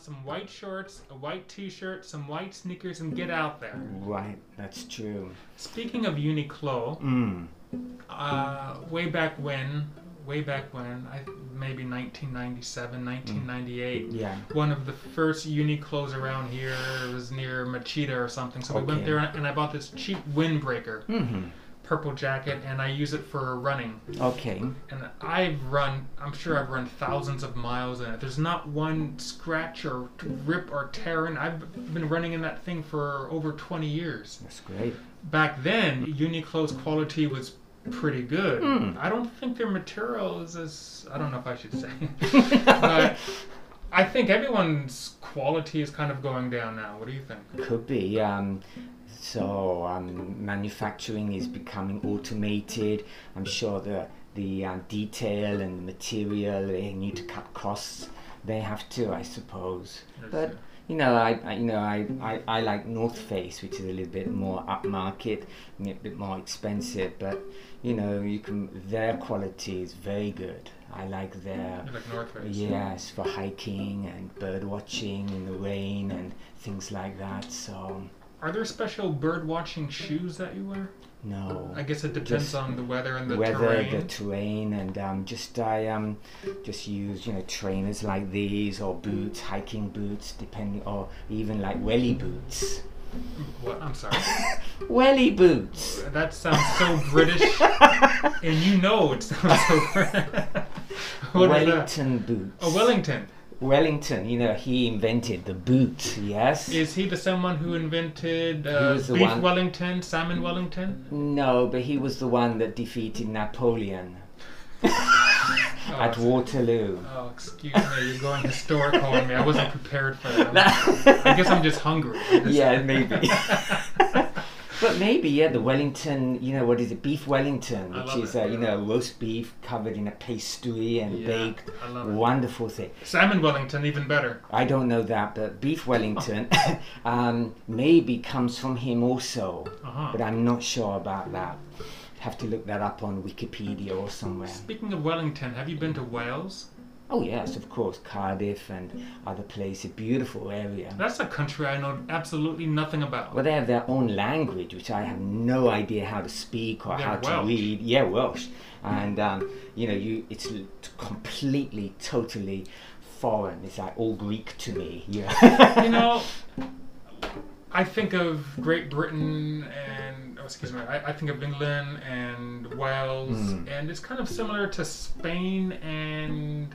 some white shorts, a white t-shirt, some white sneakers, and get out there. Right, that's true. Speaking of Uniqlo, Mm. uh, way back when, way back when, I maybe 1997, 1998. Yeah. One of the first Uniqlos around here was near Machida or something. So we went Okay. there and I bought this cheap windbreaker, hmm purple jacket, and I use it for running. Okay. and I've run, I'm sure I've run thousands of miles in it. There's not one scratch or t- rip or tear in. I've been running in that thing for over 20 years. That's great. Back then, Uniqlo's quality was pretty good. Hmm. I don't think their material is as, I don't know if I should say, but I think everyone's quality is kind of going down now. What do you think? Could be. Um, so um, manufacturing is becoming automated. I'm sure the the um, detail and the material they need to cut costs. They have to, I suppose. But you know, I, I you know I, I, I like North Face, which is a little bit more upmarket, and a bit more expensive. But you know, you can their quality is very good. I like their You like North Face. Yes, for hiking and bird watching in the rain and things like that. So, Are there special bird watching shoes that you wear? no. I guess it depends Just on the weather and the Weather, terrain. the terrain, and um, just I um, just use you know trainers like these or boots, hiking boots, depending, or even like welly boots. What? I'm sorry. Welly boots. Oh, That sounds so British, and you know it sounds so British. What is that? Wellington boots. Oh, uh, Wellington. Wellington. You know he invented the boot. Yes. Is he the someone who invented uh, was beef the one- Wellington, salmon Wellington? no, but he was the one that defeated Napoleon Oh, at Waterloo. oh, excuse me, you're going historical on me. I wasn't prepared for that. Um, I guess I'm just hungry. I'm just- Yeah, maybe. but maybe, yeah, the Wellington, you know, what is it? Beef Wellington, I which love is, it, uh, you yeah. know, roast beef covered in a pastry and Yeah, baked. I love it. Wonderful thing. Salmon Wellington, even better. I don't know that, but beef Wellington um, maybe comes from him also, Uh-huh. but I'm not sure about that. Have to look that up on Wikipedia or somewhere. Speaking of Wellington, have you been to Wales? Oh yes, of course, Cardiff and other places. Beautiful area. That's a country I know absolutely nothing about. Well, they have their own language, which I have no idea how to speak or They're how to Welsh. read. Yeah, Welsh, and um, you know, you it's l- completely, totally foreign. It's like all Greek to me. Yeah. you know, I think of Great Britain and oh, excuse me, I, I think of England and Wales, Mm. and it's kind of similar to Spain and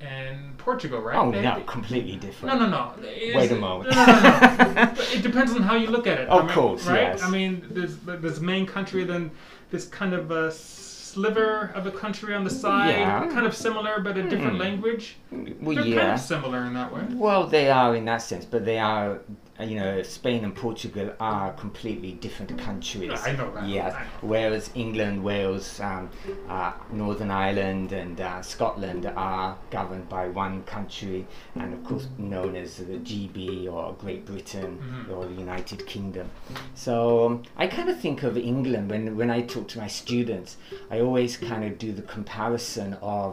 and Portugal, right? oh They- no, they- completely different. no, no, no. It Wait is- a moment. No, no, no, no. But it depends on how you look at it. Of I mean, course, right? yes. I mean, there's this main country, then this kind of a sliver of a country on the side, Yeah. Hmm. kind of similar but a different language. Well, They're kind yeah. of similar in that way. Well, they are in that sense, but they are, uh, you know, Spain and Portugal are completely different countries. I know that. Yes. I know. Whereas England, Wales, um, uh, Northern Ireland, and uh, Scotland are governed by one country, and of course known as the GB or Great Britain or the United Kingdom. So um, I kind of think of England when when I talk to my students. I always kind of do the comparison of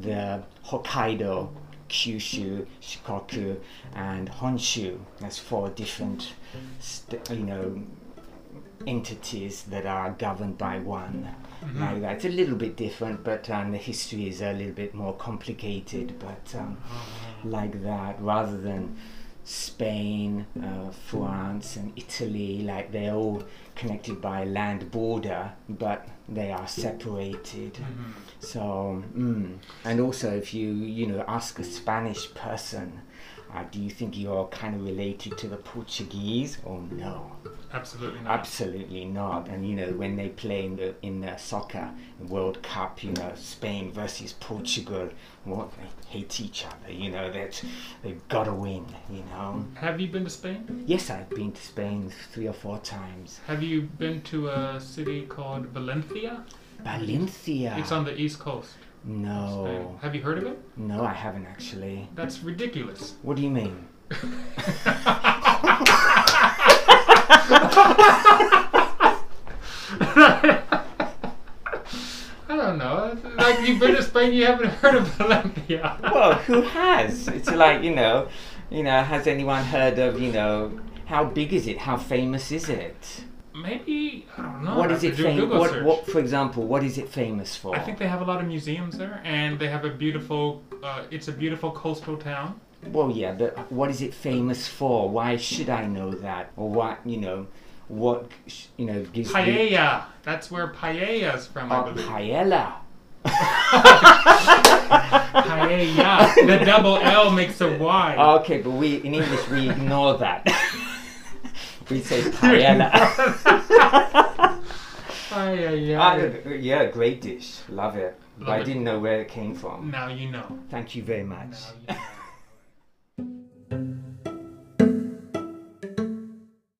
the Hokkaido, Kyushu, Shikoku, and Honshu. That's four different, st- you know, entities that are governed by one. Like that. It's a little bit different, but um, the history is a little bit more complicated. But um, like that, rather than Spain, uh, France, and Italy, like they're all connected by a land border, but they are separated. Mm-hmm. So, mm. and also, if you you know ask a Spanish person, uh, do you think you're kind of related to the Portuguese? Oh no, Absolutely not. absolutely not. And you know when they play in the in the soccer World Cup, you know Spain versus Portugal, what they hate each other. You know that they've got to win. You know. Have you been to Spain? Yes, I've been to Spain three or four times. Have you been to a city called Valencia? Valencia. It's on the east coast. of Spain. no, Have you heard of it? no, I haven't actually. That's ridiculous. What do you mean? I don't don't know. It's Like you've been to Spain, you haven't heard of Valencia. well, who has? It's like you know, you know, has anyone heard of you know? How big is it? How famous is it? Maybe I don't know. What I is have it to Ah, do a famous? Google What, search. what, for example, what is it famous for? I think they have a lot of museums there, and they have a beautiful. Uh, it's a beautiful coastal town. Well, yeah, but what is it famous for? Why should I know that? Or what you know? What sh- you know gives me- Paella. That's where paella's from, I Oh, believe. paella. Paella. The double L makes a Y. Okay, but we in English we ignore that. we say paella. Paella. I- yeah, great dish, love it. but Love I it. didn't know where it came from. Now you know. Thank you very much. Now you know.